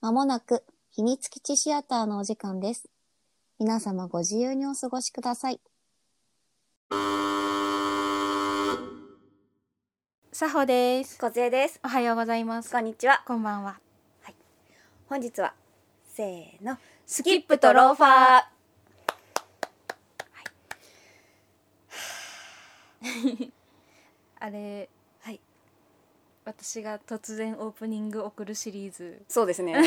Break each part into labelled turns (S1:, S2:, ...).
S1: まもなく秘密基地シアターのお時間です。皆様ご自由にお過ごしください。
S2: さほです。
S3: こつえです。
S2: おはようございます。
S3: こんにちは。
S2: こんばんは。
S3: 本日はせーの、
S2: ス
S3: スキップとローファー。は
S2: あれ、
S3: い、
S2: 私が突然オープニング送るシリーズ。
S3: そうですね。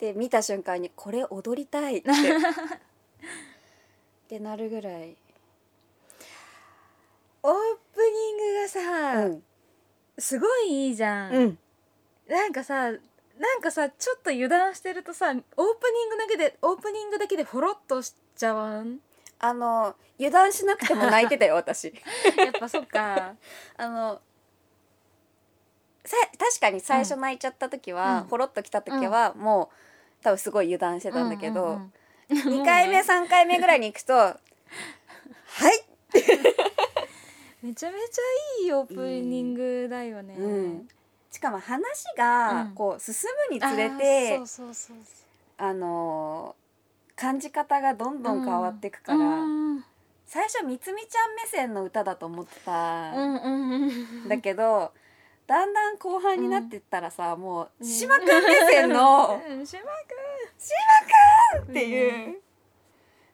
S3: で見た瞬間にこれ踊りたい って。ってなるぐらい。
S2: オープニングがさ、
S3: うん。
S2: すごいいいじゃん,、
S3: うん。
S2: なんかさ、なんかさ、ちょっと油断してるとさ、オープニングだけで、オープニングだけでほろっとしちゃわん。
S3: あの油断しなくても泣いてた よ私。
S2: やっぱそっ か。
S3: あの。さ確かに最初泣いちゃった時は、
S2: うん
S3: ほろっと来た時は、もう多分すごい油断してたんだけど、
S2: う
S3: 二回目三回目ぐらいに行くと はい
S2: めちゃめちゃいいオープニングだよね。
S3: うん、しかも話
S2: う
S3: が
S2: ん
S3: こう進むに
S2: あー
S3: つれて、
S2: そうそうそう
S3: あのー感じ方がどんどん変わっていく
S2: そ
S3: か
S2: う
S3: ら、
S2: うん
S3: 最初みつみちゃん目線の歌だと思ってた
S2: うんんうんうん
S3: だけど、だんだん後半になってったらさ、もう
S2: ね
S3: 島君目線の
S2: うん島君
S3: っていう、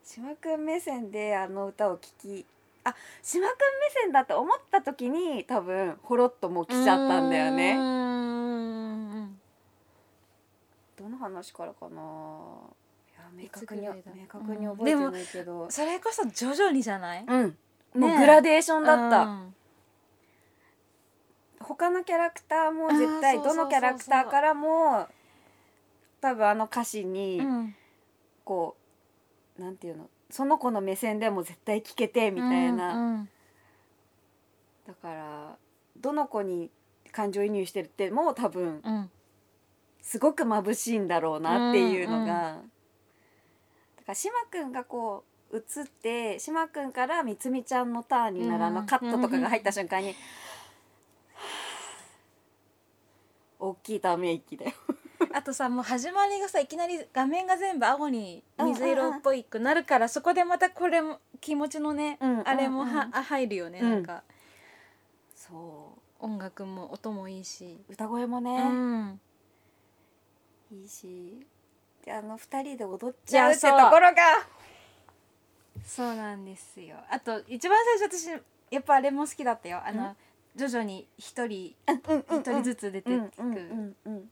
S3: 島君目線であの歌を聴きあ島君目線だと思った時に多分ほろっともう来ちゃったんだよね。
S2: ね
S3: どの話からかないや明確に
S2: いつぐ
S3: 明
S2: らいだ
S3: 確に
S2: うん
S3: 覚
S2: で
S3: え
S2: も
S3: てないけど、
S2: それこそ徐々にじゃない
S3: うん、も
S2: ね
S3: うグラデーションだった、
S2: うん
S3: 他のキャラクターも絶
S2: あ
S3: 対
S2: ーそうそうそう
S3: ど
S2: そう
S3: のキャラクターからも多分あの歌詞に
S2: うん
S3: こう、なんていうのその子の目線でも絶対聞けてみたいな、
S2: うん
S3: だからどの子に感情移入してるってもう多分
S2: うんうん
S3: すごく眩しいんだろうなっていうのが、だから島くんがこう映って島くんからみつみちゃんのターンになるあ
S2: う
S3: の
S2: ん
S3: カットとかが入った瞬間に、大きいため息だよ。
S2: あとさもう始まりがさいきなり画面が全部青に水色っぽいくなるからそこでまたこれも気持ちのね
S3: うんうんうん
S2: あれもはあ入るよね
S3: うん
S2: なんか
S3: そ
S2: 音楽も音もいいし
S3: う歌声も
S2: う
S3: ね、
S2: ん
S3: いいしであの二人で踊っ
S2: い
S3: ちゃ
S2: や
S3: うって
S2: そ
S3: と
S2: う
S3: ころが
S2: そうなんですよあと一番最初私やっぱあれも好きだったよあの徐々に一人
S3: うんうんう
S2: 一
S3: ん
S2: 人ずつ出て
S3: う
S2: い
S3: ん
S2: く
S3: うんうんうん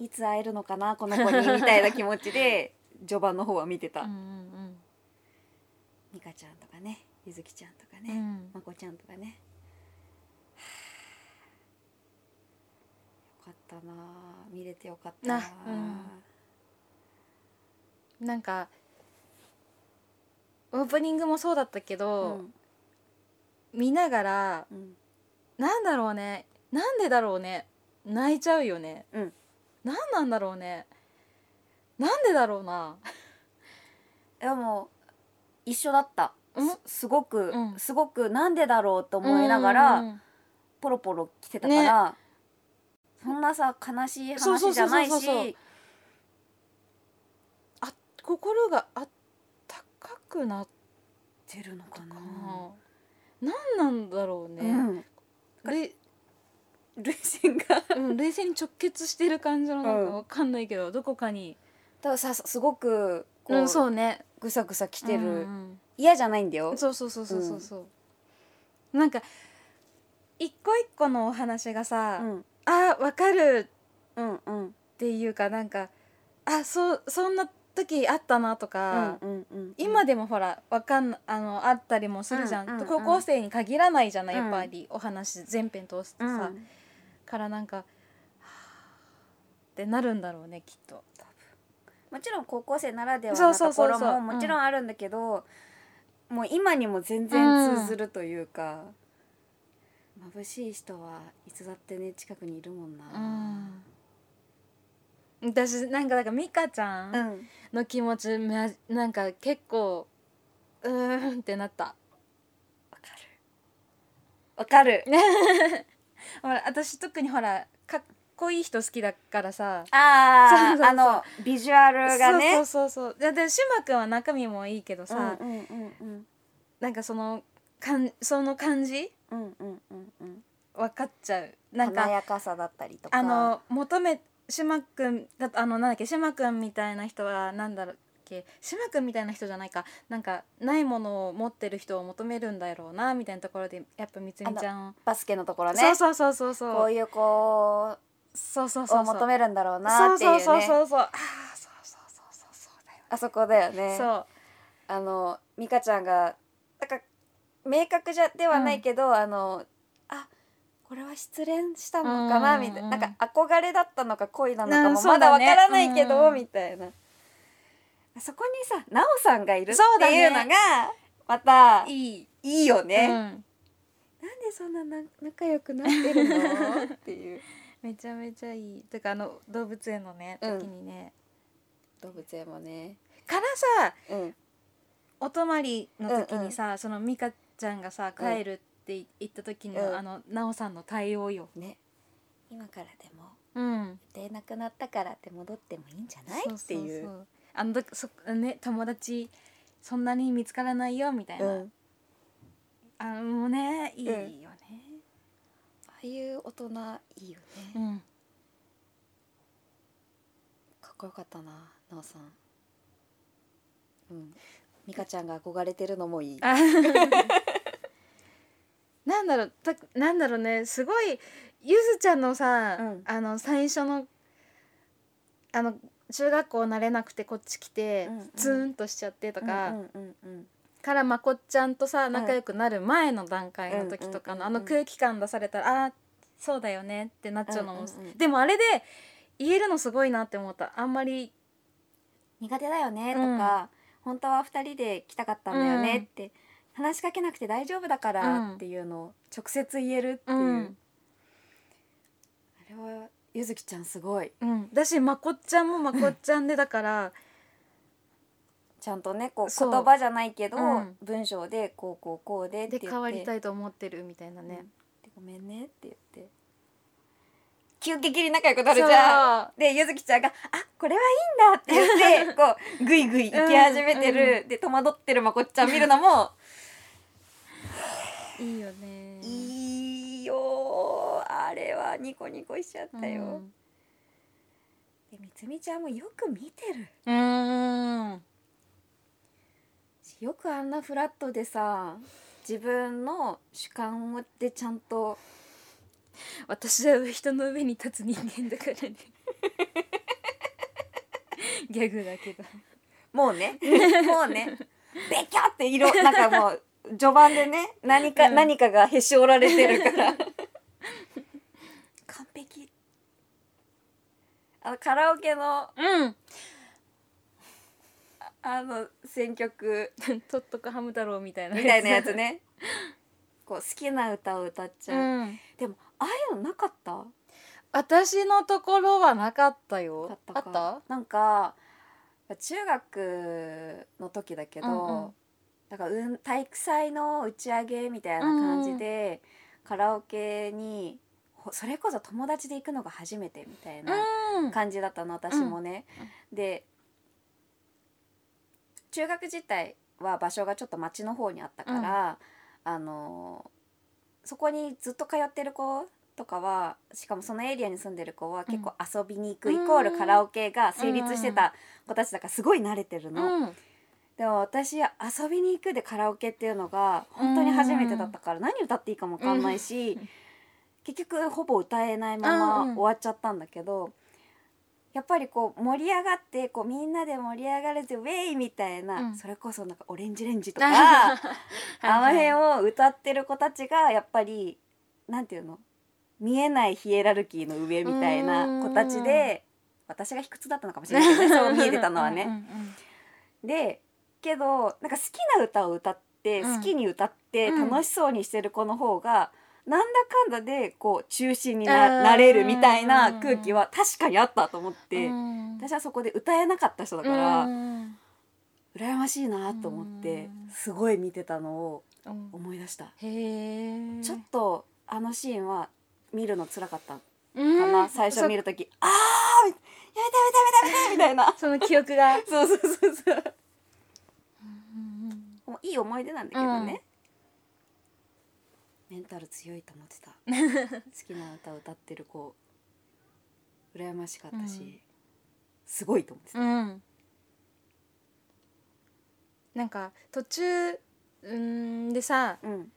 S3: いつ会えるのかなこの子にみたいな気持ちで序盤の方は見てた、
S2: うんうん
S3: ミカちゃんとかねゆずきちゃんとか
S2: う
S3: ね、
S2: ん
S3: まこちゃんとかねはあよかったなあ見れてよかったなあ
S2: なうんなんかオープニングもそうだったけ
S3: う
S2: ど、
S3: ん
S2: 見ながら
S3: うん
S2: なんだろうねなんでだろうね泣いちゃうよね、
S3: うん
S2: なんなんだろうねなんでだろうな
S3: でも一緒だった
S2: うん
S3: すすごく、
S2: うん
S3: すごくなんでだろうと思いながら、
S2: うんうん
S3: ポロポロ来てたから、そんなさ悲しい
S2: そうそう
S3: 話じ
S2: そう
S3: ゃ
S2: そ
S3: な
S2: う
S3: い
S2: そう
S3: し
S2: 心があったかくなっ
S3: 出るの
S2: た
S3: か
S2: か
S3: な
S2: な、なんなんだろう
S3: う
S2: ね、
S3: ん
S2: で
S3: ルイシンが
S2: うん、冷静に直結してる感じのなんか
S3: うん
S2: わかんないけど、どこかに
S3: 多分さすごくこう,、
S2: うんそうね
S3: ぐさぐさ来てる、
S2: うん
S3: 嫌じゃないんだよ
S2: うんそうそうそうそうそうそう、なんか一個一個のお話がさ、
S3: うん
S2: あわかる
S3: うんうん
S2: っていうかなんかあそうそんな時あったなとか、
S3: うんうんうん
S2: 今でもほらわかんあのあったりもするじゃん、
S3: うんうんうん
S2: 高校生に限らないじゃない
S3: うん
S2: やっぱりお話全編通して
S3: うん
S2: さ、からなんかはぁってなるんだろうねきっと。
S3: もちろん高校生ならでは
S2: そう
S3: な
S2: そう
S3: と
S2: そ
S3: こ
S2: うそう
S3: ろももちろんあるんだけど、もう今にも全然通ずるというか、眩しい人はいつだってね近くにいるもんな。
S2: 私なんかだから美香ちゃん
S3: ん
S2: の気持ち、まなんか結構うーんってなった
S3: わかるわかる
S2: ほら私特にほらかこいい人好きだからさ
S3: あ
S2: そうそうそう
S3: ああのビジュアルがね
S2: そうそうそうそうででシマくんは中身もいいけどさ、
S3: うんうんうん
S2: なんかそのかんその感じ
S3: うんうんうんうん
S2: 分かっちゃう
S3: な
S2: なんん
S3: か華
S2: か
S3: やかさだったりとか
S2: あの求め島くんだあのなんだっけ島くんみたいな人はなんだろうっけ島くんみたいな人じゃないかなんかないものを持ってる人を求めるんだろうなみたいなところでやっぱみつみちゃんを、
S3: バスケのところね
S2: そうそうそうそうそう
S3: こういう子
S2: そうそうそ
S3: を
S2: うそう
S3: 求めるんだろう
S2: そ
S3: な
S2: う
S3: っていう
S2: そう
S3: ね
S2: そうそうそうあーそうそうそうそうそうだよ
S3: あそこだよね
S2: ねそう
S3: あの美香ちゃんがなんか明確じゃではないけど、あのあこれは失恋したのかな
S2: うんうんう
S3: み
S2: ん
S3: たいななんか憧れだったのか恋なのか
S2: う
S3: も
S2: ん
S3: まだ
S2: そうだ
S3: わ
S2: ね
S3: からないけ
S2: うん
S3: ど、
S2: うん
S3: みたいなそこにさ奈緒さんがいるって
S2: そうだね
S3: いうのがまたい
S2: いい
S3: いよね、
S2: う
S3: なん
S2: ん
S3: でそんなな仲良くなってるのっていう
S2: めちゃめちゃいいてかあの動物園のね
S3: うん
S2: 時にね、
S3: 動物園もね、
S2: からさ
S3: うん、
S2: お泊まりの時にさ、その美香ちゃんがさ
S3: うん
S2: 帰るって言った時の、
S3: うん
S2: あの奈緒さんの対応よ、
S3: ね今からでも
S2: うん、
S3: 出なくなったからって戻ってもいいんじゃない
S2: そそ
S3: っていう
S2: そ。あのだそね友達そんなに見つからないよみたいな、
S3: うん
S2: あのもうねいいよね、
S3: ああいう大人いいよね、
S2: うん
S3: かっこよかったななおさんうん美香ちゃんが憧れてるのもいい
S2: あなんだろうたなんだろうねすごいゆずちゃんのさ、
S3: うん
S2: あの最初のあの中学校慣れなくてこっち来て、
S3: うんうん
S2: ツーンとしちゃってとか、
S3: うんうんうん
S2: からまこっちゃんとさ仲良くなる前の段階の時とかの、
S3: うんうんうんうん
S2: あの空気感出されたらあーそうだよねってなっちゃうのも、
S3: うんうんうん
S2: でもあれで言えるのすごいなって思ったあんまり
S3: 苦手だよねとか、本当は二人で来たかったんだよねって、話しかけなくて大丈夫だからっていうのを直接言えるっていう、
S2: うん
S3: あれはゆずきちゃんすごい
S2: うん、だしまこっちゃんもまこっちゃんでだから。
S3: ちゃんとねこう
S2: そう
S3: 言葉じゃないけど、
S2: うん
S3: 文章でこうこうこうでって言
S2: で
S3: って
S2: 変わりたいと思ってるみたいなね。
S3: でごめんねって言って急激に仲良くな
S2: そ
S3: るじ
S2: う
S3: ゃんでゆずきちゃんが「あこれはいいんだ」って言 ってこうグイグイ行き始めてる、で戸惑ってるまこっちゃん見るのも
S2: いいよね。い
S3: いいよーあれはニコニコしちゃったよ、でみつみちゃんもよく見てる
S2: うん。うん。
S3: よくあんなフラットでさ自分の主観をでちゃんと
S2: 私は人の上に立つ人間だから ね。ギャグだけど。
S3: もうねもうねべきゃって色なんかもう序盤でね何か、
S2: うん
S3: 何かがへし折られてるから完璧あのカラオケの
S2: う
S3: あの選曲
S2: ん。とっとこハム太郎みたいな。
S3: みたいなやつ。ねこう好きな歌を歌っち
S2: う
S3: ゃう、
S2: ん。
S3: でもああいうのなかったな
S2: 私のところはなかった
S3: かっ
S2: よ。
S3: たかなんか中学の時だけど、
S2: うんうん
S3: だからうん体育祭の打ち上げみたいな感じで、カラオケにほそれこそ友達で行くのが初めてみたいな
S2: うん。
S3: 感じだったの私もね。で中学自体は場所がちょっと町の方にあったから、あのそこにずっと通ってる子とかはしかもそのエリアに住んでる子は結構遊びに行くイコー
S2: う
S3: ル
S2: ん
S3: カラオケが成立してた子たちだからすごい慣れてるの。
S2: うん。
S3: でも私遊びに行くでカラオケっていうのが本当に初めてだったから何歌っていいかもわかんないし、結局ほぼ歌えないま
S2: うんう
S3: ま
S2: ん
S3: 終わっちゃったんだけど、やっぱりこう盛り上がってこうみんなで盛り上がるぜウェイみたいな、
S2: うん
S3: それこそなんかオレンジレンジ とかあの辺
S2: を。
S3: を歌ってる子たちがやっぱりなんていうの見えないヒエラルキーの上みたいな子たちで私が卑屈だったのかもしれないけどねそう見えてたのはね
S2: う。ん
S3: でけどなんか好きな歌を歌って、
S2: うん
S3: 好きに歌って
S2: うん
S3: 楽しそうにしてる子の方が、なんだかんだでこう中心に
S2: う
S3: なんなれるみたいな空気は確かにあったと思って、
S2: うん。
S3: 私はそこで歌えなかった人だから、
S2: うん
S3: 羨ましいなと思って、
S2: うん
S3: すごい見てたのを
S2: うん
S3: 思い出した、
S2: へえ。
S3: ちょっとあのシーンは見るの辛かった
S2: う
S3: か
S2: ん
S3: な、最初見るとき「あーやめてやめてやめて」みたいな
S2: その記憶が
S3: そうそうそうそうもういい思い出なんだけどね、メンタル強いと思っ てた好きな歌を歌ってる子羨ましかったし、
S2: うん
S3: すごいと思ってた、
S2: うんなんか途中うんでさ
S3: うん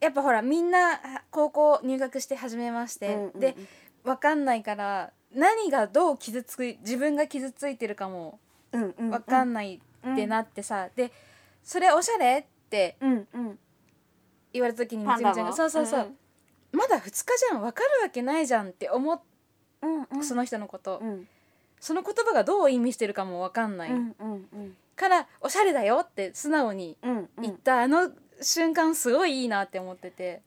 S2: やっぱほらみんなあ高校入学して初めまして、
S3: うんうんうん
S2: で分かんないから何がどう傷つく自分が傷ついてるかも
S3: うんうんうん、
S2: 分かんないってなってさ、でそれおしゃれって
S3: うんうん
S2: 言われた時にみ
S3: パ
S2: つ
S3: ン
S2: み
S3: ダ
S2: ちゃん
S3: も
S2: が「そうそうそう、まだ2日じゃん分かるわけないじゃん」って思っ
S3: うんうん
S2: その人のこと、
S3: うん
S2: その言葉がどう意味してるかも分かんない、
S3: うんうんうん
S2: から「おしゃれだよ」って素直に
S3: うんう
S2: 言っ
S3: ん
S2: た、あの瞬間すごいいいなって思ってて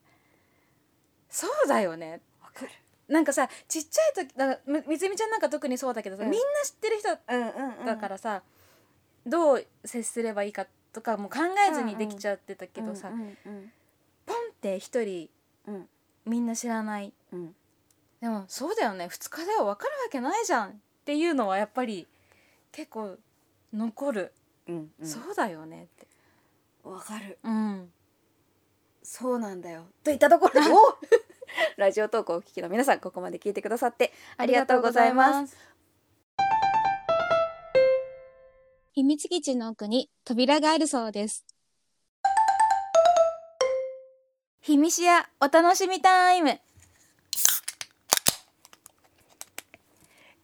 S2: そうだよね
S3: わかる
S2: なんかさちっちゃい時なんかみみつみちゃんなんか特にそうだけどさ、
S3: うん
S2: みんな知ってる人
S3: うんうんうん
S2: だからさ、どう接すればいいかとかも考えずにできちゃってたけどさ、
S3: うんうん
S2: ポンって一人
S3: うん
S2: みんな知らない
S3: うん
S2: でもそうだよね2日では分かるわけないじゃんっていうのはやっぱり結構残る、
S3: うんうん
S2: そうだよねって
S3: わかる
S2: うん
S3: そうなんだよといったところでお ラジオトークをお聞きの皆さんここまで聞いてくださってありがとうございます
S2: す
S1: 秘密基地の奥に扉があるそうです。
S2: ひみしやお楽しみタイム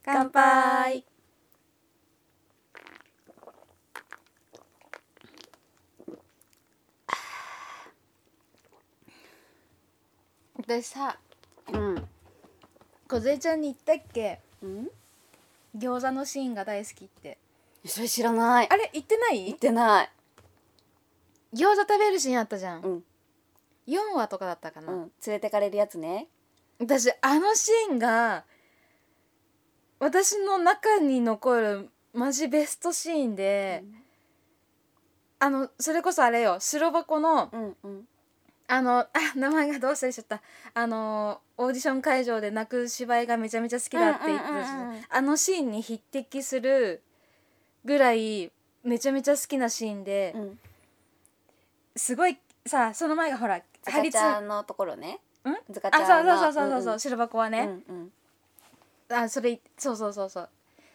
S2: 乾杯私さ
S3: うん
S2: 梢ちゃんに言ったっけ
S3: うん
S2: 餃子のシーンが大好きって
S3: それ知らない
S2: あれ言ってな
S3: 言っ
S2: い
S3: てない
S2: 餃子食べるシーンあったじゃん、
S3: うん
S2: 4話とかだったか
S3: う
S2: な、
S3: ん連れてかれるやつね
S2: 私あのシーンが私の中に残るマジベストシーンで、あのそれこそあれよ白箱の
S3: うんうん
S2: あのあ名前がどう忘れしちゃったあのオーディション会場で泣く芝居がめちゃめちゃ好きだって言ってたし、
S3: うんうんうんうん
S2: あのシーンに匹敵するぐらいめちゃめちゃ好きなシーンで、
S3: うん
S2: すごいさその前がほら
S3: ずかち
S2: ん
S3: ゃんのところねずかち
S2: あ
S3: ゃ
S2: そ
S3: んの
S2: うそうそうそうそう、白箱はね、
S3: うんうん
S2: あそれそうそうそうそう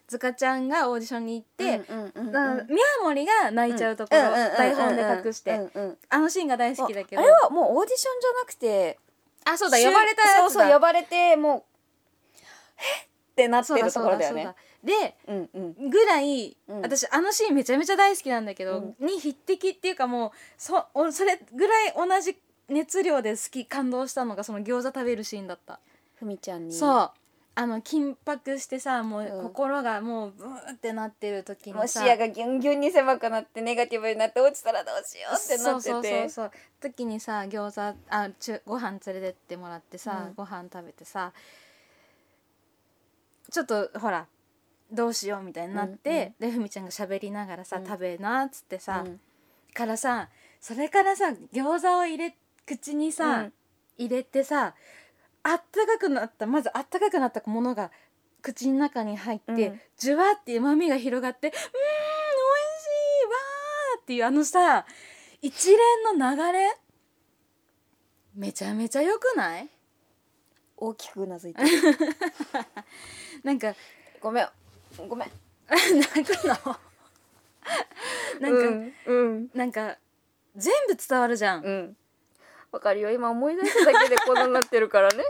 S2: ずかちゃんがオーディションに行って、
S3: うんうんうん
S2: な
S3: うん
S2: 宮森が泣いちゃうところ、
S3: んんんんん
S2: 台本で隠して、
S3: うんうん
S2: あのシーンが大好きだけど
S3: あれはもうオーディションじゃなくて
S2: あそうだ呼ばれたやつだ
S3: そうそう呼ばれてもうえっってなってるところだよ
S2: そう
S3: ね
S2: だそうだで
S3: うんうん
S2: ぐらい、
S3: うん
S2: 私あのシーンめちゃめちゃ大好きなんだけど、に匹敵っていうかもうそおそれぐらい同じ熱量で好き感動したのがその餃子食べるシーンだった、
S3: ふみちゃんに
S2: そうあの緊迫してさも
S3: う
S2: うん心がもうブーってなってる時
S3: もう
S2: に
S3: 視
S2: さ、
S3: 野がギュンギュンに狭くなってネガティブになって落ちたらどうしようってなってて
S2: そうそうそうそう時にさ餃子あちゅご飯連れてってもらってさ、
S3: うん
S2: ご飯食べてさちょっとほらどうしようみたいになって、でふみちゃんが喋りながらさ、
S3: うん
S2: 食べなっつってさ、
S3: うん
S2: からさそれからさ餃子を入れ口にさ、
S3: うん
S2: 入れてさあったかくなったまずあったかくなったものが口の中に入って、
S3: うん
S2: じゅわってうまみが広がって「うーんおいしいわー」っていうあのさ一連の流れめちゃめちゃ良くない
S3: 大きくうなずいてる
S2: なんか
S3: ごめんごめん
S2: 泣くのなんか、
S3: うん
S2: なんか全部伝わるじゃん、
S3: うんうんわかるよ今思い出しただけでこんなになってるから ね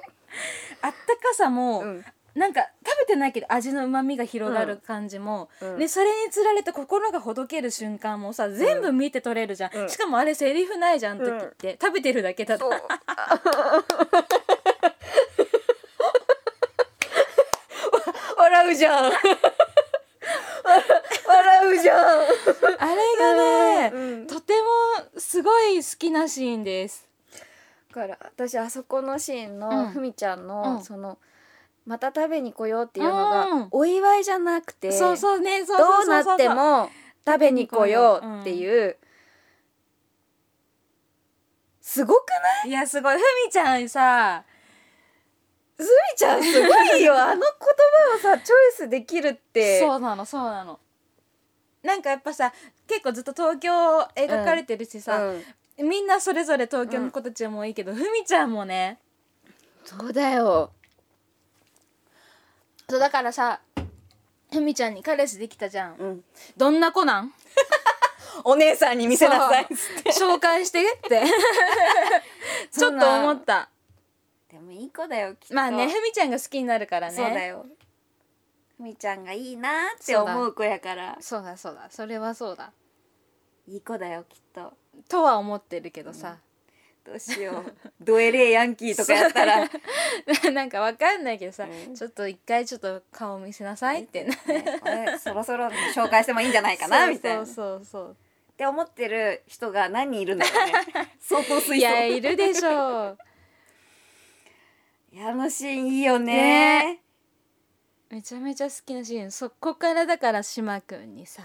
S2: あったかさも、
S3: うん
S2: なんか食べてないけど味のうまみが広がる感じも、
S3: うん
S2: でそれにつられて心がほどける瞬間もさ全部見て取れるじゃん、
S3: うん
S2: しかもあれセリフないじゃん時って、食べてるだけだと
S3: そう笑うじゃ ん笑うじゃん
S2: あれがね、
S3: うん
S2: とてもすごい好きなシーンです
S3: だから私あそこのシーン
S2: うん
S3: のふみちゃん
S2: う
S3: の、
S2: ん
S3: そのまた食べに来ようっていうのが、
S2: うん
S3: お祝いじゃなくて
S2: そうそうねそう
S3: ど
S2: そうそ
S3: う
S2: う
S3: な
S2: そう
S3: っても食べに来ようっていう、すごくない
S2: いやすごいふみちゃんさ
S3: ずみちゃんすごい よあの言葉をさチョイスできるって
S2: そうなのそうなのなんかやっぱさ結構ずっと東京描かれてるしさ、
S3: うん
S2: みんなそれぞれ東京の子たちもいいけど、ふみちゃんもね
S3: そうだよ
S2: そうだからさふみちゃんに彼氏できたじゃん、
S3: うん
S2: どんな子なん
S3: お姉さんに見せなさいっつって
S2: 紹介 して ってちょっと思った
S3: でもいい子だよきっと
S2: まあねふみちゃんが好きになるからね
S3: そうだよふみちゃんがいいなーって思う子やから
S2: そうだそうだそれはそうだ
S3: いい子だよきっと
S2: とは思ってるけどさ、
S3: どうしようドエレーヤンキーとかやったら、
S2: なんかわかんないけどさ、
S3: うん
S2: ちょっと一回ちょっと顔見せなさいってな
S3: ねこれそろそろ紹介してもいいんじゃないかなみたいなっ
S2: そうそうそう
S3: て思ってる人が何人いるんだろうね相当 推
S2: そ
S3: 想
S2: ういやいるでしょう
S3: いやあのシーンいいよね
S2: ね めちゃめちゃ好きなシーンそこからだから島くんにさ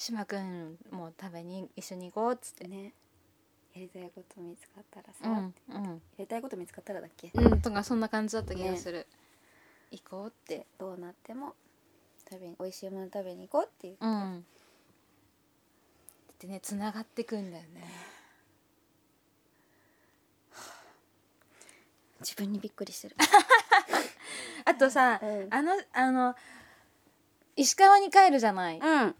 S2: 島くんも食べに一緒に行こうっつって
S3: ねやりたいこと見つかったらさ、
S2: う
S3: や
S2: んうん
S3: りたいこと見つかったらだっけ
S2: うんとかそんな感じだった気がする、行こうって
S3: どうなっても食べに美味しいもの食べに行こうっていう
S2: うんでねつながってくんだよね
S3: 自分にびっくりしてる
S2: あとさ、
S3: うん
S2: あのあの石川に帰るじゃない、
S3: うん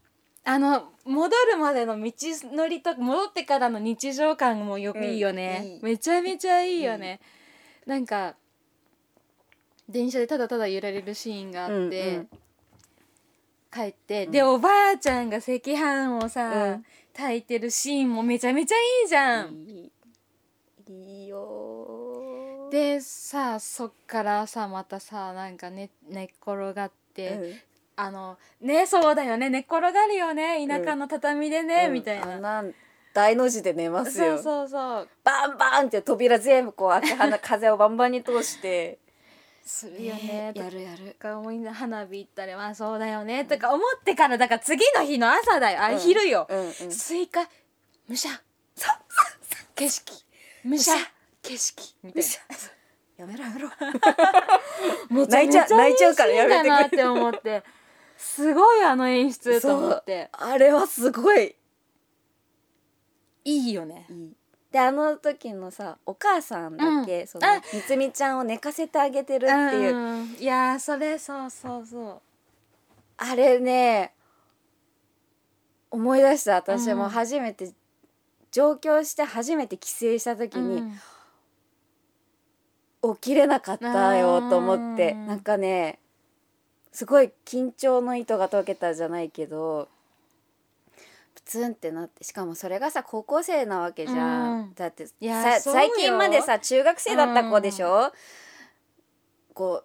S2: あの戻るまでの道のりと戻ってからの日常感もよく
S3: うん
S2: いいよね、
S3: いい
S2: めちゃめちゃいいよね、なんか電車でただただ揺られるシーンがあって、
S3: うんうん
S2: 帰ってでおばあちゃんが赤飯をさ、
S3: うん
S2: 炊いてるシーンもめちゃめちゃいいじゃん、
S3: いいいいよー
S2: でさそっからさまたさなんか寝寝っ転がって、あのねそうだよね寝っ転がるよね田舎の畳でね、
S3: うん
S2: みたいな、
S3: あんな大の字で寝ます
S2: そ
S3: よ
S2: うそうそう
S3: バンバンって扉全部こう開け放風をバンバンに通して
S2: するよねと
S3: やるやる
S2: か思いな花火行ったりまあそうだよねとか思ってからだから次の日の朝だよあ、
S3: うん
S2: 昼よ、
S3: うんうん
S2: スイカむしゃ景色むしゃ景色みたい
S3: やめろやめろ
S2: なめ
S3: 泣いちゃ泣いちゃうからやめて
S2: いいシーン
S3: くれ
S2: だなって思ってすごいあの演出と思って
S3: あれはすごい
S2: いいよね
S3: であの時のさお母さんだっけ、
S2: うん
S3: その
S2: あ
S3: みつみちゃんを寝かせてあげてるっていう、
S2: んいやーそれそうそうそう
S3: あれね思い出した私
S2: うん
S3: も初めて、上京して初めて帰省した時に、
S2: うん
S3: 起きれなかったよと思って
S2: うん
S3: なんかねすごい緊張の糸が解けたじゃないけどプツンってなってしかもそれがさ高校生なわけじゃん、
S2: うん
S3: だってさ
S2: いやそうよ
S3: 最近までさ中学生だった子でしょ、こう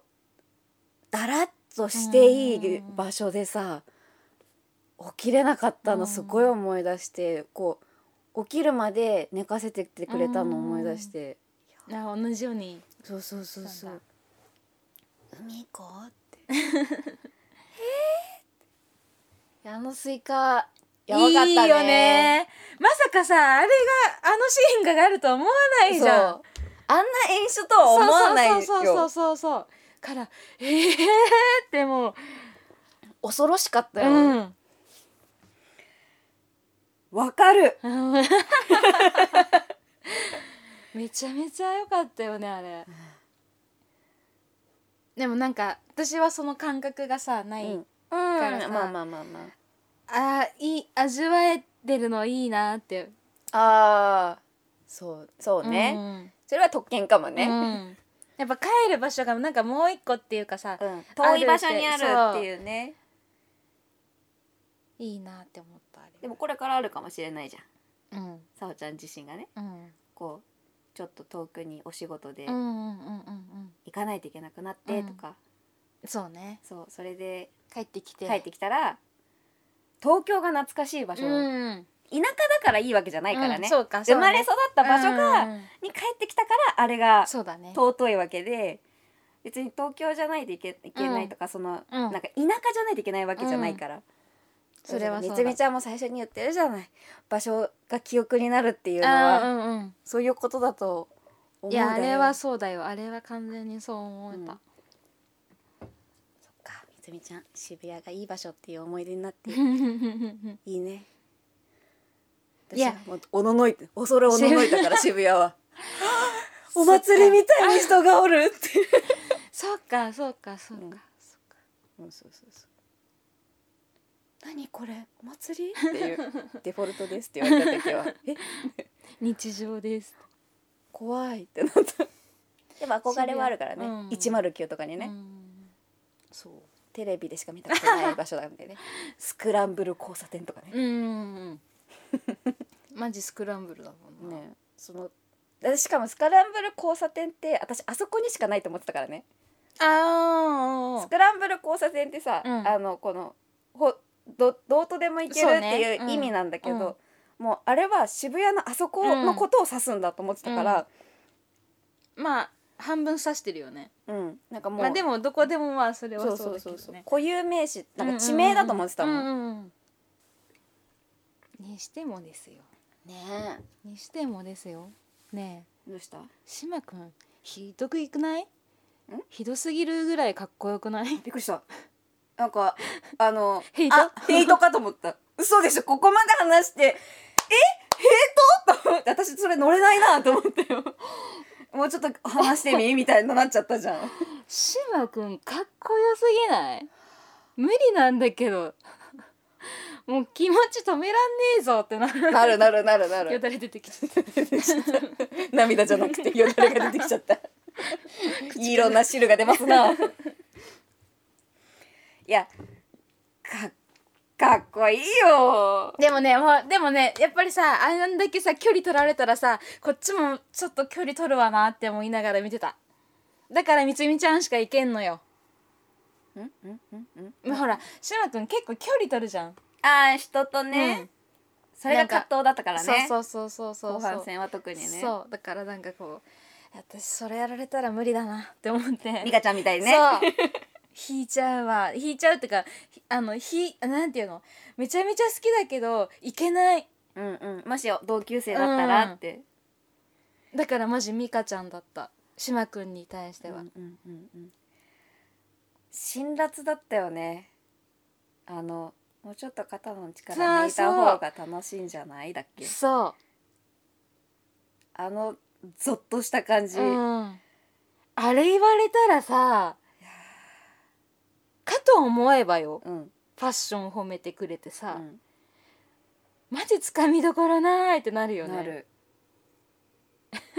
S3: だらっとしていい
S2: うん
S3: 場所でさ起きれなかった
S2: うん
S3: のすごい思い出してこう起きるまで寝かせててくれたの思い出して。
S2: あ同じように
S3: そうそうそうそ
S2: なん
S3: う
S2: だ。
S3: 海行こう って。ええあのスイカ。やばかったね。
S2: いいよねまさかさあれがあのシーンがあるとは思わない
S3: そ
S2: じ
S3: う。
S2: ゃん
S3: あんな演出とは思わないよ。
S2: そうそうそうそうそうからええー、ってもう、
S3: 恐ろしかった
S2: う
S3: よ。
S2: ん、
S3: わ、かる。
S2: めちゃめちゃ良かったよねあれでもなんか私はその感覚がさな
S3: う
S2: い、
S3: ん。
S2: からさ
S3: まあまあまあま
S2: あーいい味わえてるのいいなって
S3: あ。ああ。そう。そうね。
S2: うん
S3: それは特権かも
S2: う
S3: ね。
S2: んやっぱ帰る場所がなんかもう一個っていうかさ、
S3: うん。遠い場所にあるっていうね。
S2: いいなって思ったあれ
S3: でもこれからあるかもしれないじゃん。
S2: うん
S3: さおちゃん自身がね。
S2: うん
S3: こう。ちょっと遠くにお仕事で
S2: うんうんうんうん
S3: 行かないといけなくなってとか、
S2: そうね
S3: そうそれで
S2: 帰ってきて
S3: 帰ってきたら東京が懐かしい場所、
S2: うん
S3: 田舎だからいいわけじゃないからね,、
S2: うんそうか
S3: 生まれ育った場所が、
S2: うん
S3: に帰ってきたからあれが
S2: そうだね
S3: 尊いわけで別に東京じゃないといけいけないとか、その、
S2: うん
S3: なんか田舎じゃないといけないわけじゃないから、
S2: それはそう
S3: め
S2: だ
S3: ちゃめちゃんも最初に言ってるじゃない場所が記憶になるっていうの
S2: あ
S3: は、
S2: ーうんうん
S3: そういうことだと思う
S2: い
S3: だよ
S2: やあれはそうだよあれは完全にそう思え た、
S3: そっかみつみちゃん渋谷がいい場所っていう思い出になっていいね
S2: いや
S3: 私はもうおののいて恐れおののいた から渋谷はお祭りみたいに人がおるって
S2: そうかそうかそうか、
S3: うん
S2: そ
S3: うん、そうそうそう。何これ、お祭りっていう、 デフォルトですって言われた時 は、え、
S2: うか日常です
S3: 怖いってなった。でも憧れはあるからね、
S2: うん
S3: 109とかにね、
S2: うん
S3: そう、テレビでしか見たことない場所なんでね。 スクランブル交差点とかね。
S2: うんうんうんマジスクランブルだもんな、
S3: ね、その、私しかもスクランブル交差点って、私あそこにしかないと思ってたからね。
S2: あ
S3: スクランブル交差点ってさ、
S2: うん
S3: あのこのほどどうとでも行けるってい
S2: そう
S3: う
S2: ね
S3: 意味なんだけど、もうあれは渋谷のあそこのことを指すんだと思ってたから、
S2: あまあ半分指してるよね
S3: うんなんかもう、
S2: まあでもどこでもまあそれ
S3: そ
S2: は
S3: う
S2: そ
S3: そうう
S2: だけ
S3: そ
S2: ど
S3: うそう、
S2: ね
S3: 固有名詞なんか地名だと思ってたもん,、
S2: うんうんうんうんにしてもですよ
S3: ね
S2: にしてもですよねえ
S3: えどうした
S2: 島くんひどくいくないひどすぎるぐらいかっこよくない
S3: びっくりしたなん かあの
S2: ヘイト
S3: あヘイトかと思った嘘でしょここまで話してえヘイトと思って私それ乗れないなと思ってよもうちょっと話して みみたいになっちゃったじゃん
S2: 島くんかっこよすぎない無理なんだけどもう気持ち止めらんねえぞってな る
S3: なるなるなるな
S2: よ
S3: る。
S2: だれ出てきちゃっ
S3: 涙じゃなくてよだれが出てきちゃった。 いい色んな汁が出ますな。 いや、か、かっこいいよ。
S2: たでもねもうでもねやっぱりさあんだけさ距離取られたらさこっちもちょっと距離取るわなって思いながら見てただからみつみちゃんしかいけんのよ
S3: んんんん
S2: ほら島くん結構距離取るじゃん
S3: ああ、人とね、
S2: うん
S3: それが葛藤だったからね。
S2: そうそうそうそうそう
S3: 後半戦は特にね。
S2: そうだからなんかこう私それやられたら無理だなって思って
S3: リカちゃんみたいにね。
S2: そ う引いちゃうわ引いちゃうっていうかひあのひなんていうのめちゃめちゃ好きだけどいけない
S3: うんうん。もし同級生だったらって。
S2: だからマジミカちゃんだった島くんに対しては、
S3: うんうんうんうん辛辣だったよねあのもうちょっと肩の力抜いた方が楽しいんじゃないだっけ
S2: そ
S3: あのゾッとした感じ、
S2: う、うん、あれ言われたらさかと思えばよ
S3: うん
S2: ファッション褒めてくれてさ、
S3: うん
S2: マジつかみどころないってなるよね
S3: なる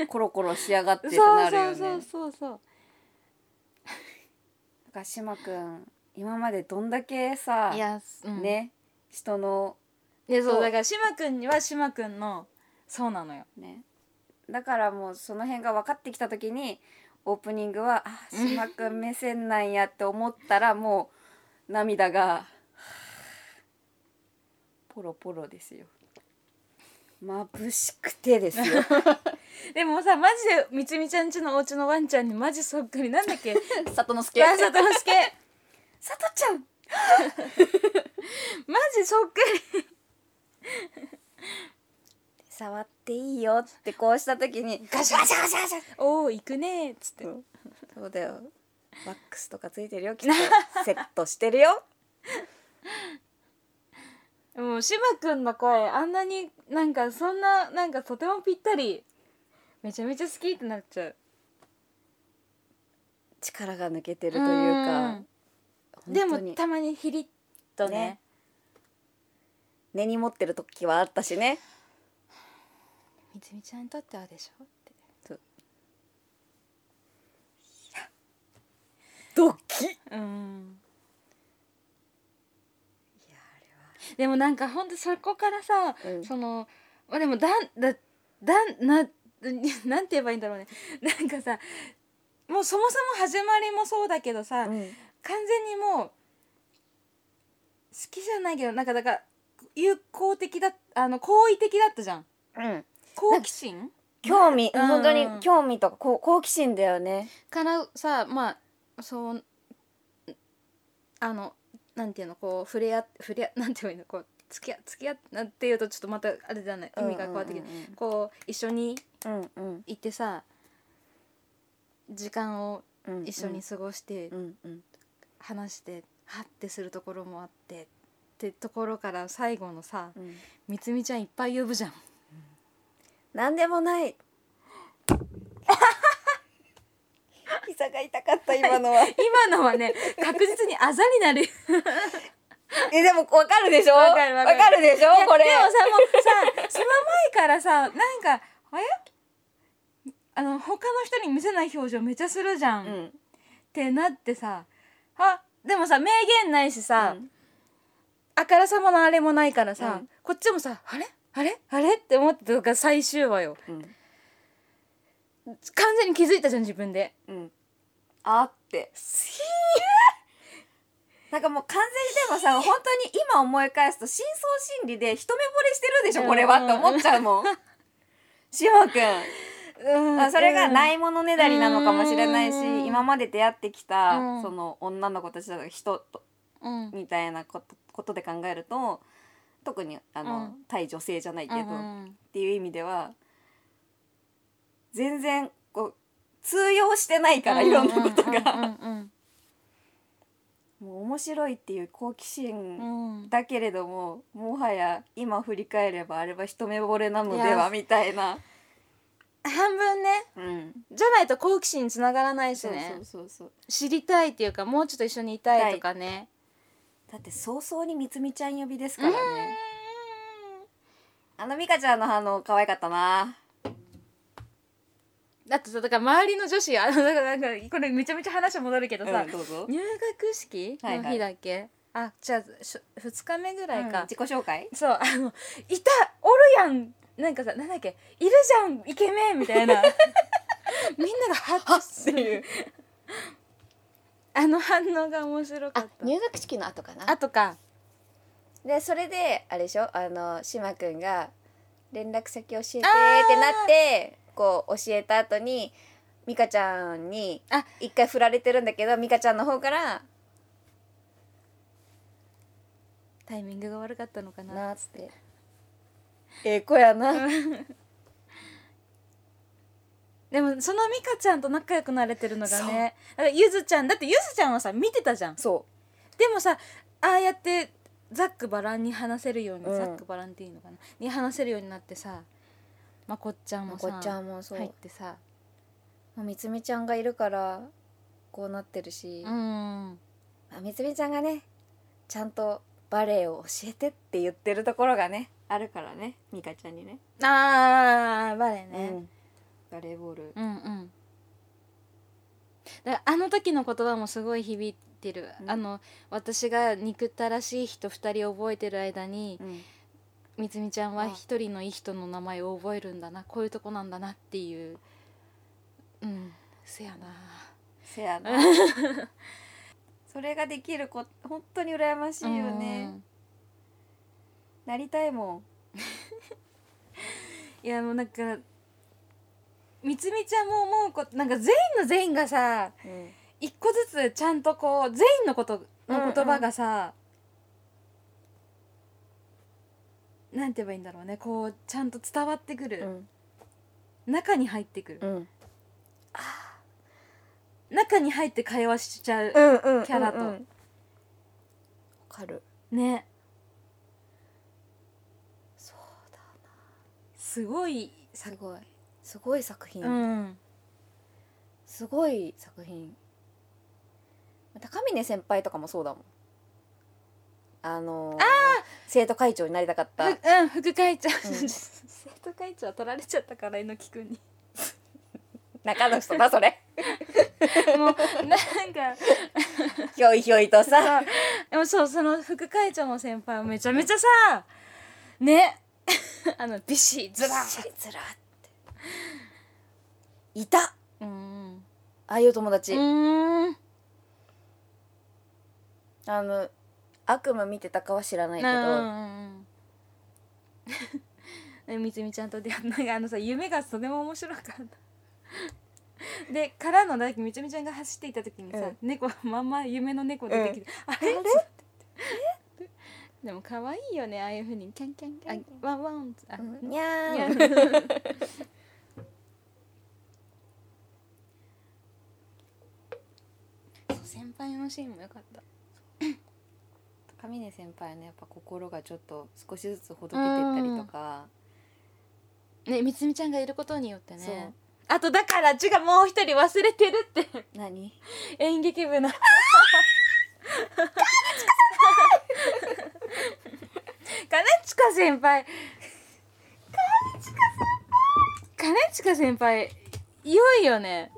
S3: コロコロしやがってって
S2: そう
S3: なるよ
S2: そう
S3: ね
S2: そうそうそう
S3: だから島くん今までどんだけさ
S2: いや、うん、
S3: ね人の
S2: でそう
S3: そう
S2: だから島くんには島くんのそうなのよ
S3: ねだからもうその辺が分かってきた時にオープニングは 「あ島くん目線なんや」って思ったらもう涙がポロポロですよ眩しくてですよ
S2: でもさマジでみつみちゃんちのお家のワンちゃんにマジそっくりなんだっけ
S3: 里之助
S2: ランサトスケ
S3: 里ちゃん
S2: マジそっく
S3: 触っていいよってこうした時にガシャガシャガシャガシャ
S2: りおお行くねーっつって
S3: そうだよワックスとかついてるよきっと セットしてるよ
S2: もう島くんの声あんなになんかそんななんかとてもぴったりめちゃめちゃ好きってなっちゃう
S3: 力が抜けてるというか
S2: んでも
S3: 本当に
S2: たまにヒリッとね
S3: 根に持ってる時はあったしね
S2: みつみちゃんにとってはでしょって
S3: ドキ
S2: うんでもなんかほんとそこからさ、
S3: うん
S2: そのまあでもだんだだんな なんて言えばいいんだろうねなんかさもうそもそも始まりもそうだけどさ、完全にもう好きじゃないけどなんかだから有効的だあの好意的だったじゃん
S3: うん、
S2: 好奇心
S3: 興味、
S2: うん
S3: 本当に興味とかこう好奇心だよね。
S2: からさまあそうんあのなんていうのこう触れ合触れ合なんていうのこう付き合付き合っなんていうとちょっとまたあれじゃない意味が変わってきて、
S3: うん
S2: こう一緒に
S3: うんうん
S2: 行ってさ時間を
S3: うん
S2: 一緒に過ごして
S3: うんうん
S2: 話してハッてするところもあってってところから最後のさ
S3: うん
S2: みつみちゃんいっぱい呼ぶじ ゃん
S3: なんでもない 膝が痛かった今のは
S2: 今のはね確実にあざになる
S3: えでもわかるでしょ
S2: わかるわかる
S3: わかるでしょ
S2: いや
S3: これ
S2: でもさもう さその前からさなんか「あれ?」あの他の人に見せない表情めっちゃするじゃん、
S3: う
S2: っ
S3: ん
S2: てなってさあでもさ名言ないしさ、
S3: うん
S2: あからさまのあれもないからさ、
S3: うん
S2: こっちもさ「あれあれあれ?」って思ってたのが最終話よ
S3: うん
S2: 完全に気づいたじゃん自分で
S3: うんあってなんかもう完全にでもさ本当に今思い返すと深層心理で一目惚れしてるでしょこれはって思っちゃう もんしまくん
S2: うん
S3: あそれがないいものねだりなのかもしれないし、
S2: うん
S3: 今まで出会ってきた、
S2: うん
S3: その女の子たちだと人と
S2: うん
S3: みたいなことことで考えると特にあの、
S2: うん
S3: 対女性じゃないけ
S2: う
S3: ど、っ
S2: ん
S3: ていう意味では全然こう通用してないから、いろんなことが、
S2: が
S3: もう面白いっていう好奇心だけれども、もはや今振り返ればあれは一目惚れなので
S2: い
S3: は
S2: や
S3: みたいな。
S2: 半分ね
S3: うん、
S2: じゃないと好奇心につながらないし
S3: そうそ
S2: ね
S3: うそうそう
S2: 知りたいっていうかもうちょっと一緒にいたいとかね
S3: だって早々にみつみちゃん呼びですからね、あの美香ちゃんの反応可愛かったな
S2: だってさだから周りの女子あのだからなんかこれめちゃめちゃ話戻るけどさ、
S3: うんどうぞ
S2: 入学式
S3: はい
S2: の
S3: はい
S2: 日だっけ、あじゃあしょ2日目ぐらいか、
S3: うん自己紹介
S2: そうあのいたおるやんなんかさなんだっけいるじゃんイケメンみたい なみんながハッとするあの反応が面白か
S3: あ
S2: っ
S3: 入学式の後か
S2: たあ
S3: な
S2: とか
S3: でそれであれでしょあの島くんが連絡先教えてってなってこう教えた後に美香ちゃんに
S2: あ
S3: 一回振られてるんだけど美香ちゃんの方から
S2: タイミングが悪かったのか
S3: 「
S2: な
S3: な」っつって「ええ子やな」
S2: でもその美香ちゃんと仲良くなれてるのがねだからゆずちゃんだってゆずちゃんはさ見てたじゃん
S3: そ
S2: でもさああやってざっくばらんに話せるように、
S3: うん
S2: ざっくばらんっていいのかなに話せるようになってさまこっちゃん
S3: う
S2: も
S3: こ
S2: さ
S3: っちゃんもそう、
S2: 入ってさ
S3: もうみつみちゃんがいるからこうなってるし、
S2: うん
S3: あみつみちゃんがねちゃんとバレエを教えてって言ってるところがねあるからねミカちゃんにね
S2: あーバレエね、
S3: ね、バレーボール
S2: うんうんだからあの時の言葉もすごい響いてる、
S3: うん
S2: あの私が憎たらしい人2人覚えてる間に
S3: うん
S2: みつみちゃん
S3: う
S2: は
S3: ん
S2: 一人のいい人の名前を覚えるんだなこういうとこなんだなっていううんせやな
S3: せや なそれができる子本当に羨ましいよね、なりたいもん
S2: うんいやもうなんかみつみちゃんも思うことなんか全員の全員がさ
S3: うん、
S2: 一個ずつちゃんとこう全員のことの言葉がさ、なんて言えばいいんだろうねこうちゃんと伝わってく
S3: う
S2: る、
S3: ん
S2: 中に入ってくる、
S3: うん
S2: 中に入って会話しちゃう、
S3: うん
S2: キャラと
S3: わかる
S2: ね
S3: そうだ
S2: すごいさ
S3: すごいすごい作品、
S2: うん
S3: すごい作品高峰先輩とかもそうだもんあのー生徒会長になりたかっ
S2: ふ
S3: た
S2: うん副会 長、
S3: ん
S2: 生徒会長は取られちゃったから猪木君 に
S3: 中の人だそれ
S2: もうなんか
S3: ひょいひょいとさ
S2: でもそうその副会長の先輩はめちゃめちゃさね あのビシッズ
S3: ず
S2: ラ
S3: ら
S2: ッ
S3: ずらっていたあ
S2: うん
S3: あいう友達、
S2: うん
S3: あの悪夢見てたかは知らないけ
S2: う
S3: ど、
S2: んうんうんみつみちゃんと出会ったなんかあのさ夢がとても面白かったでからのだみつみちゃんが走っていた時にさ、
S3: うん
S2: 猫まんま夢の猫出てきて、あれでも可愛いよねああいうふうにキャンキャンキャンあワンワンあ、
S3: うんにゃーん
S2: いや輩のシーンも良かった
S3: 上根先輩のやっぱ心がちょっと少しずつほどけてったりとか、
S2: ねみつみちゃんがいることによって
S3: そう
S2: ねあとだから違うもう一人忘れてるって
S3: 何
S2: 演劇部の金近先輩金近先輩金近先輩いよいよね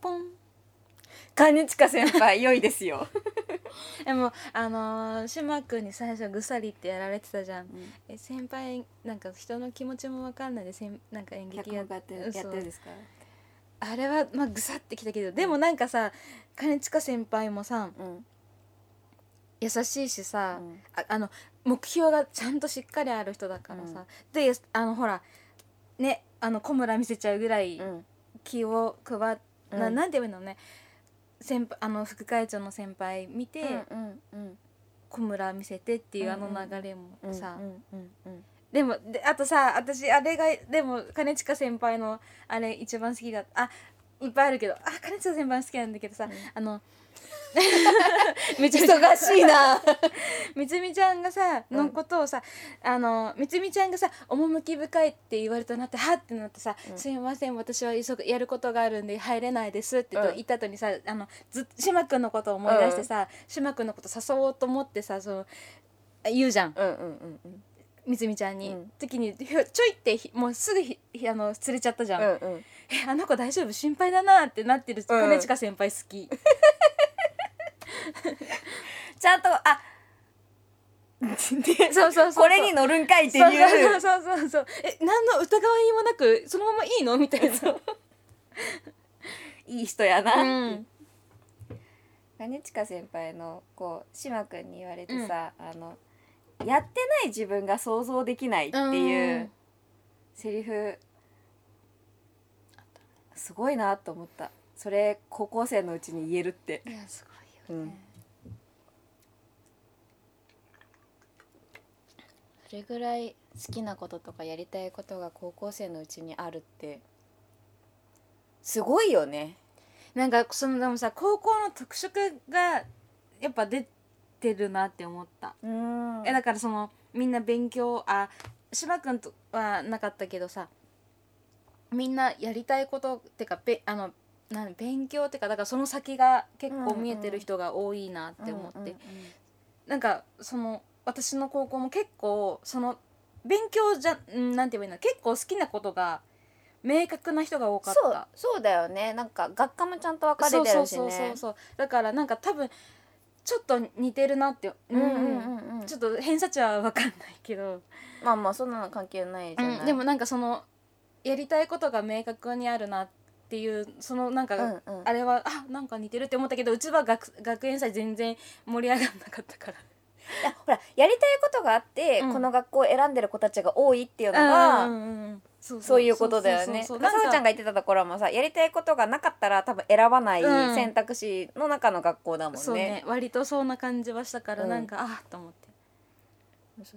S2: ポン
S3: 金近先輩良いですよ、
S2: でもあのー、島君に最初ぐさりってやられてたじゃん
S3: うん、
S2: え先輩なんか人の気持ちも分かんないでせんなんか演
S3: 逆
S2: 劇
S3: も
S2: や
S3: や
S2: っ
S3: ってやってるんですか
S2: あれはまあぐさってきたけどでもなんかさ兼近先輩もさ
S3: うん、
S2: 優しいしさ、
S3: うん
S2: ああの目標がちゃんとしっかりある人だからさ、であのほらねあの小村見せちゃうぐらい
S3: うん
S2: 気を配っ、な
S3: うん
S2: なんて言うのね先輩あの副会長の先輩見て、
S3: うんうん
S2: 小村見せてっていうあの
S3: うんうん
S2: 流れも
S3: うん
S2: さ、
S3: うんうんうん
S2: でもであとさ私あれがでも兼近先輩のあれ一番好きだあいっぱいあるけどあ兼近先輩好きなんだけどさ、あのめちゃめちゃ
S3: 忙しいな
S2: みつみちゃんがさ
S3: うん
S2: のことをさ、あのみつみちゃんがさ「趣深い」って言われたなってはってなってさ「
S3: うん
S2: すいません私は急ぐやることがあるんで入れないです」ってと
S3: うん
S2: 言った後にさあのず島君のことを思い出してさ、島君のこと誘おうと思ってさその言うじゃん
S3: うんうんうん
S2: みつみちゃんに、
S3: うん
S2: 時にひょちょいってひもうすぐひひあの連れちゃったじゃん、
S3: う
S2: え
S3: んうん
S2: あの子大丈夫心配だなってなってる
S3: うん
S2: 兼近先輩好き、
S3: ちゃんと あで
S2: そうそうそうそう
S3: これに乗るんかいって
S2: そう
S3: いう
S2: そうそうそうそうえ何の疑いもなくそのままいいのみたいな、
S3: いい人やな、
S2: うん、
S3: 金近先輩のこう島君に言われてさ、あのやってない自分が想像できないっていううんセリフすごいなと思ったそれ高校生のうちに言えるって
S2: いやすご
S3: う
S2: いよね、
S3: んそれぐらい好きなこととかやりたいことが高校生のうちにあるってすごいよね
S2: なんかそのでもさ高校の特色がやっぱ出てるなって思った
S3: うん
S2: えだからそのみんな勉強あ島君とはなかったけどさみんなやりたいことってかべあのなん勉強ってかだからその先が結構見えてる人が多いなって思って、なんかその私の高校も結構その勉強じゃんなんて言えばいいの結構好きなことが明確な人が多か
S3: そ
S2: った
S3: うそうだよねなんか学科もちゃんと分かれて
S2: そ
S3: る
S2: う
S3: しね
S2: そうそうそうそうだからなんか多分ちょっと似てるなって、
S3: うんうんうんうん
S2: ちょっと偏差値は分かんないけど、
S3: まあまあそんなの関係ないじゃない、
S2: でもなんかそのやりたいことが明確にあるなっていうそのなんか、
S3: うんうん
S2: あれはあなんか似てるって思ったけどうちは学学園祭全然盛り上がんなかったから
S3: いやほらやりたいことがあって、
S2: うん
S3: この学校を選んでる子たちが多いっていうのが、
S2: うんうんうんそ
S3: そういうことだよね。
S2: そ
S3: さ
S2: うそうそう
S3: おちゃんが言ってたところもさやりたいことがなかったら多分選ばない
S2: うん
S3: 選択肢の中の学校だもんね。
S2: そうね割とそんな感じはしたから
S3: うん
S2: なんか、ああと思って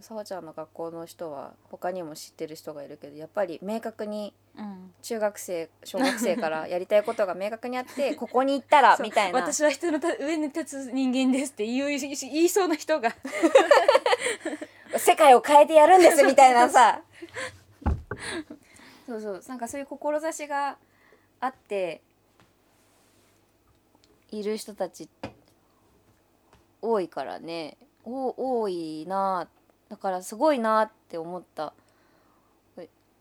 S3: さおちゃんの学校の人は他にも知ってる人がいるけどやっぱり明確に
S2: うん
S3: 中学生小学生からやりたいことが明確にあっ てここに行ったら
S2: そう
S3: みたいな。
S2: 私は人のた上に立つ人間ですって言う言いそうな人 が
S3: 世界を変えてやるんですみたいなさ そうそうなんかそういう志があっている人たち多いからねお多いなだからすごいなって思った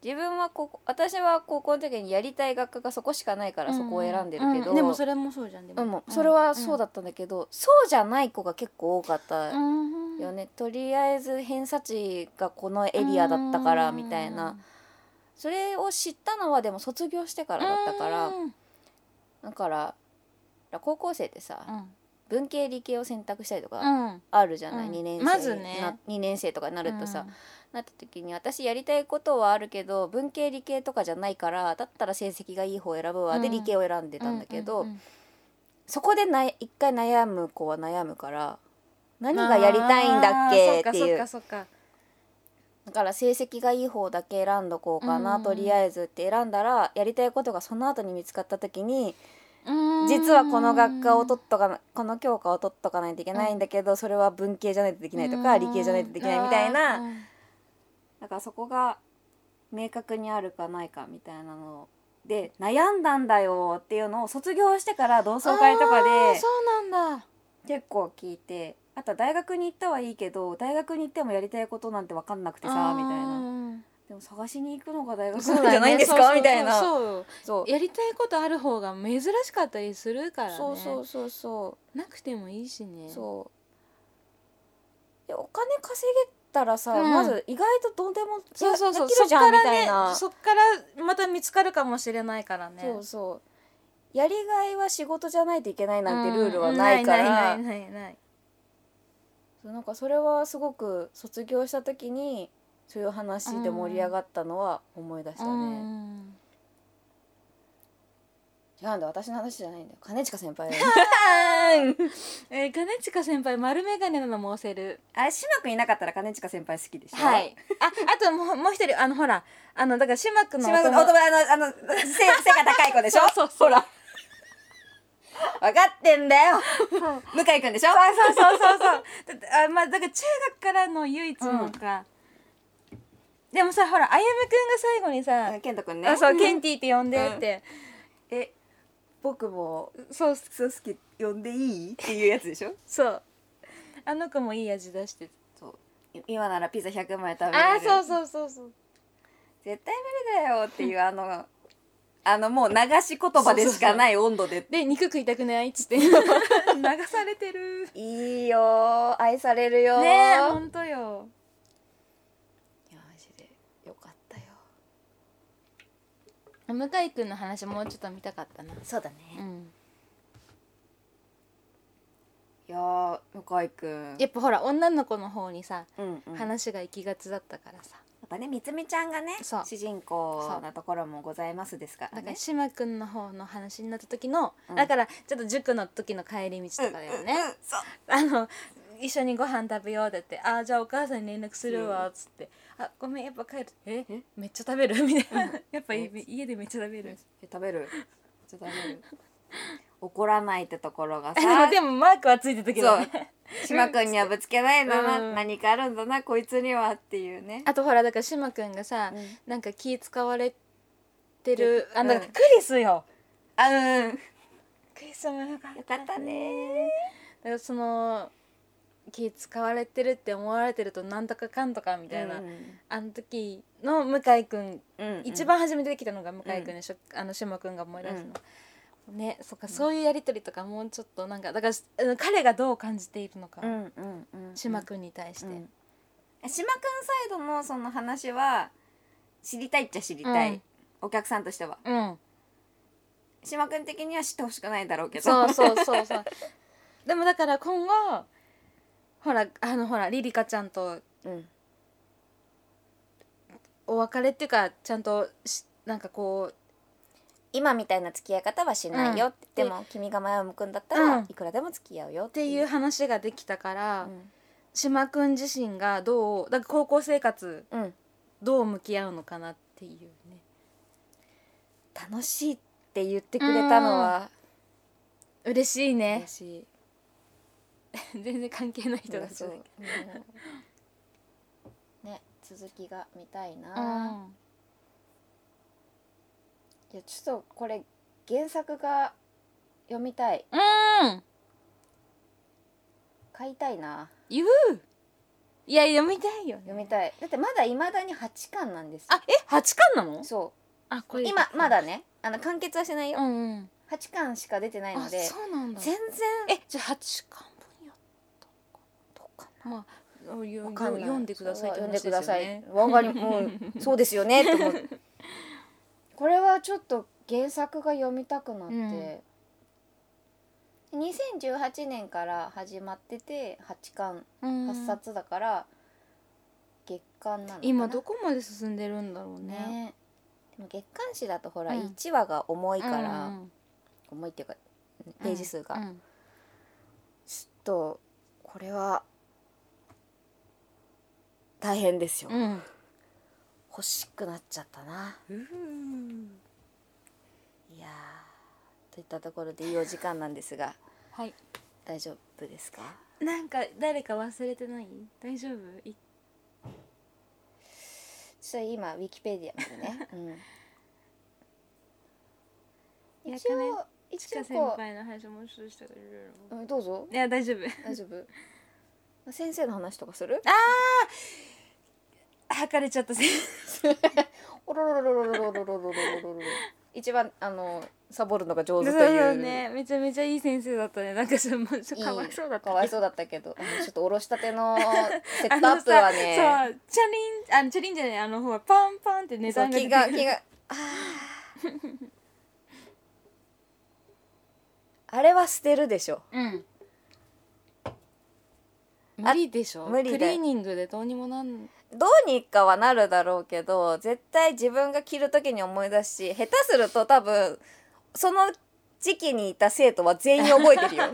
S3: 自分はここ私は高校の時にやりたい学科がそこしかないからそこを選んでるけど、
S2: うんでもそれもそうじゃんで
S3: うんもうそれはそうだったんだけど、そうじゃない子が結構多かった
S2: うん
S3: よね、とりあえず偏差値がこのエリアだったから
S2: うん
S3: みたいな、それを知ったのはでも卒業してからだったから、
S2: うん
S3: だから高校生ってさ、文系理系を選択したりとか
S2: うん
S3: あるじゃない、
S2: うん
S3: 2年生
S2: まずね
S3: な2年生とかになるとさ、
S2: うん
S3: なった時に私やりたいことはあるけど文系理系とかじゃないからだったら成績がいい方を選ぶわで
S2: うん
S3: 理系を選んでたんだけど、
S2: うんうん
S3: そこでない一回悩む子は悩むから何がやりたいんだっけっていう
S2: あーそっかそっかそっか
S3: だから成績がいい方だけ選んどこうかな、
S2: うん
S3: とりあえずって選んだらやりたいことがその後に見つかった時に、実はこの学科を取っとかなこの教科を取っとかないといけないんだけど、それは文系じゃないとできないとか、理系じゃないとできないみたいな、
S2: うん
S3: だからそこが明確にあるかないかみたいなので悩んだんだよっていうのを卒業してから同窓会とか
S2: あー
S3: で
S2: そうなんだ
S3: 結構聞いてあとは大学に行ったはいいけど大学に行ってもやりたいことなんて分かんなくてさみたいな
S2: た
S3: でも探しに行くのが大学なんじゃないんですか、みたいな
S2: そうよ
S3: そう
S2: やりたいことある方が珍しかったりするからね
S3: そうそうそうそう
S2: なくてもいいしね
S3: そうでお金稼げたらさ、
S2: うん
S3: まず意外とどうでも
S2: そうそうそう
S3: できるじゃん
S2: そ
S3: み
S2: っから
S3: たいな、
S2: ねそっからまた見つかるかもしれないからね
S3: そうそうやりがいは仕事じゃないといけないなんてルールは
S2: うん
S3: ないから、
S2: ないないないない
S3: そうなんかそれはすごく卒業した時にそういう話で盛り上がったのは思い出したね、
S2: うん
S3: 違うんだ私の話じゃないんだよ金近 先輩
S2: えー、金近先輩丸眼鏡なのも押せる
S3: あ島君いなかったら金近先輩好きでしょ
S2: はいああともうもう一人あのほらあのだから島君の
S3: 島君お友達あのあの背背が高い子でしょ
S2: そうそうそう
S3: ほら分かってんだよ
S2: そう
S3: 向井君でしょ
S2: そうそうそうそうだってあまあだから中学からの唯 一のか、でもさほら歩夢君が最後にさ、
S3: 健人君ね
S2: あそうケ
S3: 健
S2: ンティって呼んでって、
S3: え僕も
S2: そう
S3: そう好き呼んでいいっていうやつでしょ
S2: そうあの子もいい味出して
S3: そうい今ならピザ100枚食べれる
S2: ああそうそうそうそう
S3: 絶対無理だよっていうあのあのもう流し言葉でしかない温度で
S2: で肉食いたくないっつって 流されてる
S3: いいよー愛されるよー
S2: ねえほんとよ
S3: いやマジでよかったよ
S2: 向井君の話もうちょっと見たかったな
S3: そうだね
S2: うん
S3: いやー向井君
S2: やっぱほら女の子の方にさ、
S3: うんうん、やっ
S2: 話が行きがちだったからさ
S3: ぱねみつみちゃんがね
S2: そう
S3: 主人公なところもございますですから
S2: だか
S3: ね
S2: ら島君の方の話になった時の、
S3: うん
S2: だからちょっと塾の時の帰り道とかだよね、
S3: うんうんそう
S2: あの一緒にご飯食べようって言って「ああじゃあお母さんに連絡するわ」っつって「あごめんやっぱ帰る」え「え
S3: え
S2: めっちゃ食べる?」みたいな、
S3: うん
S2: やっぱ
S3: え
S2: 家でめっちゃ食べる、
S3: え食べる ちょっと食べる怒らないってところが
S2: あ
S3: さ
S2: のでもマークはついてたけど、ね、
S3: 島君にはぶつけないんだな、
S2: うん
S3: 何かあるんだなこいつにはっていうね
S2: あとほらだから島君がさ、
S3: うん
S2: なんか気使われてるあ
S3: うん
S2: なんかクリスよ、
S3: あうん
S2: クリスもよかった
S3: よかったね
S2: だからその気使われてるって思われてるとなんとかかんとかみ
S3: み
S2: た
S3: た
S2: い
S3: い
S2: な、
S3: な、
S2: あの時の向井君、
S3: うん
S2: 一番初めて来たのが向井君でしょ、あの島君が思い出すの、ねそっか、そういうやり取りとかもうちょっとなんかだからあの彼がどう感じているのか、
S3: うんうんうん
S2: 島君に対して、
S3: うん島くんサイドのその話は知りたいっちゃ知りた
S2: う
S3: い、
S2: ん
S3: お客さんとしては
S2: うん
S3: 島くん的には知ってほしくないだろうけ
S2: そ
S3: ど
S2: う そうそうそう でもだから今後ほらあのほらリリカちゃんと
S3: うん
S2: お別れっていうかちゃんとしなんかこう
S3: 今みたいな付き合い方はしないよ、って
S2: うん
S3: でも君が前を向くんだったら、
S2: うん
S3: いくらでも付き合うよっ
S2: っていう話ができたから、
S3: うん
S2: 島くん自身がどうだから高校生活
S3: うん、
S2: どう向き合うのかなっていうね
S3: 楽しいって言ってくれたのは
S2: 嬉しいね
S3: 嬉しい
S2: 全然関係ない人
S3: 人
S2: だ
S3: だ
S2: し
S3: し、ね続きが見たいな、
S2: うん
S3: いやちょっとこれ原作が読みたい
S2: うん
S3: 買いたいな
S2: 言ういや読みたいよ、ね、
S3: 読みたいだってまだいまだに8巻なんですよ
S2: あえ八巻なの
S3: そ
S2: あこ
S3: う
S2: れ
S3: 今まだねあの完結はしてないよ、
S2: うんうん
S3: 8巻しか出てないの
S2: あ
S3: で
S2: そうなんだ
S3: 全然
S2: えじゃあ八巻分やったかまあよよ
S3: わかんない
S2: 読んでくださいって
S3: そう読ん
S2: 話ですよ
S3: でく
S2: ね
S3: ださいわかり うんそうですよねって思うこれはちょっと原作が読みたくなって、2018年から始まってて8巻
S2: うん
S3: 8冊だから、月刊なのかな
S2: 今どこまで進んでるんだろうね
S3: ねでも月刊誌だとほら
S2: うん
S3: 1話が重いから、
S2: うんうん
S3: 重いっていうかページ数が、
S2: うん
S3: ちょっとこれは大変ですよ、
S2: うん
S3: 欲しくなっちゃったないやーとといったところでいいお時間なんですが
S2: はい
S3: 大丈夫ですか
S2: なんか誰か忘れてない大丈夫い
S3: ちょっと今ウィキペディアまで ね、うん、
S2: 役
S3: 一
S2: ね
S3: 応
S2: ちか
S3: 一
S2: 先
S3: 応こ
S2: 輩の話もうするしたからいろいろ
S3: ううんどうぞ
S2: いや大丈夫
S3: 大丈夫先生の話とかする
S2: 吐かれちゃった先
S3: おろろろろろろろろろろろろ一番あのサボるのが上手
S2: 生
S3: という
S2: ねめちゃめちゃいい先生だったねなんかちょっと
S3: いい
S2: かわいそうだった
S3: かわいそうだったけどあのちょっとおろした てのセッ
S2: あ
S3: ト
S2: の
S3: アッ
S2: さ
S3: プはね
S2: そうチャリンあチャリンじゃないあのほらパンパンって値
S3: そう
S2: 段が出
S3: 気
S2: て
S3: が
S2: くる
S3: 気があー あれは捨てるでしょ
S2: うん無理でしょ
S3: 無理だ
S2: クリーニングでどうにもなん
S3: どうにかはなるだろうけど絶対自分が着る時に思い出すし下手すると多分その時期にいた生徒は全員 覚えてるよ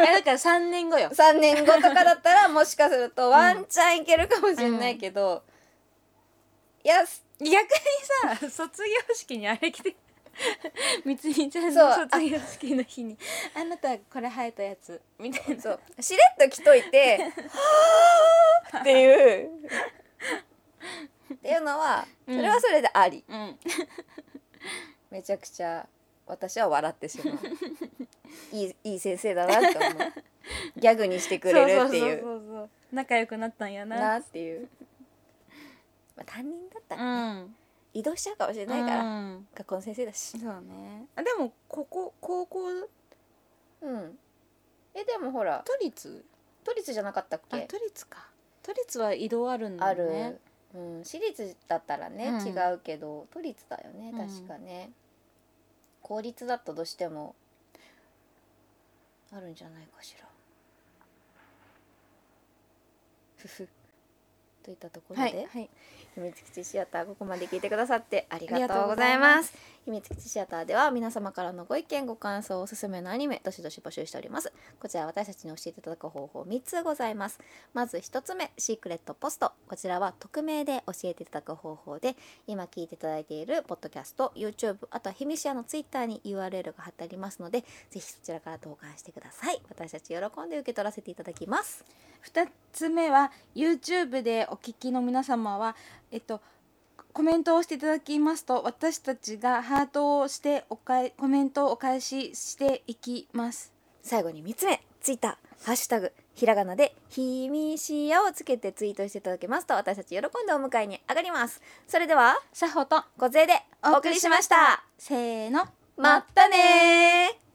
S2: えだから3年後よ
S3: 3年後とかだったらもしかするとワンチャンいけるかもしれないけど、いや
S2: 逆にさ卒業式にあれ着 てみつみちゃん
S3: そう
S2: の
S3: あ
S2: 卒業式の日にあなたこれ生えたやつみたいな
S3: そうしれっと着といて「はあ」っていうっていうのはそれはそれであり、
S2: うん
S3: めちゃくちゃ私は笑ってしまういいいい先生だなって思うギャグにしてくれるっていう
S2: そうそうそうそう仲良くなったんやな
S3: なっていう、まあ、担任だった
S2: う
S3: らね、
S2: ん
S3: 移動しちゃうかもしれないから、
S2: うん
S3: 学校の先生だし
S2: そうねあでもここ高校
S3: うんえでもほら
S2: 都立
S3: 都立じゃなかったっ
S2: あ
S3: け
S2: 都立か都立は移動あるんだ
S3: あ
S2: よ
S3: る、
S2: ね
S3: うん、私立だったらね、
S2: うん
S3: 違うけど都立だよね
S2: うん
S3: 確かね、公立だとどうしてもあるんじゃないかしらふふといったところで、
S2: はい、はい、
S3: 秘密基地シアターここまで聞いてくださってありが
S2: ありが
S3: と
S2: と
S3: う
S2: う
S3: ご
S2: ご
S3: ざ
S2: ざ
S3: い
S2: い
S3: ま
S2: ます
S3: 秘密基地シアターでは皆様からのご意見ご感想おすすめのアニメどしどし募集しておりますこちら私たちに教えていただく方法3つございますまず1つ目シークレットポストこちらは匿名で教えていただく方法で今聞いていただいているポッドキャスト YouTube あとはひみしやの Twitter に URL が貼ってありますのでぜひそちらから投函してください私たち喜んで受け取らせていただきます
S2: 2つ目は YouTube でお聞きの皆様はえっとコメントをしていただきますと私たちがハートをしておかえコメントをお返ししていきます
S3: 最後に3つ目ツイッターハッシュタグひらがなで「ひみしや」をつけてツイートしていただけますと私たち喜んでお迎えに上がりますそれでは
S2: さほと
S3: ご勢でお送りしました
S2: せーの
S3: まったねー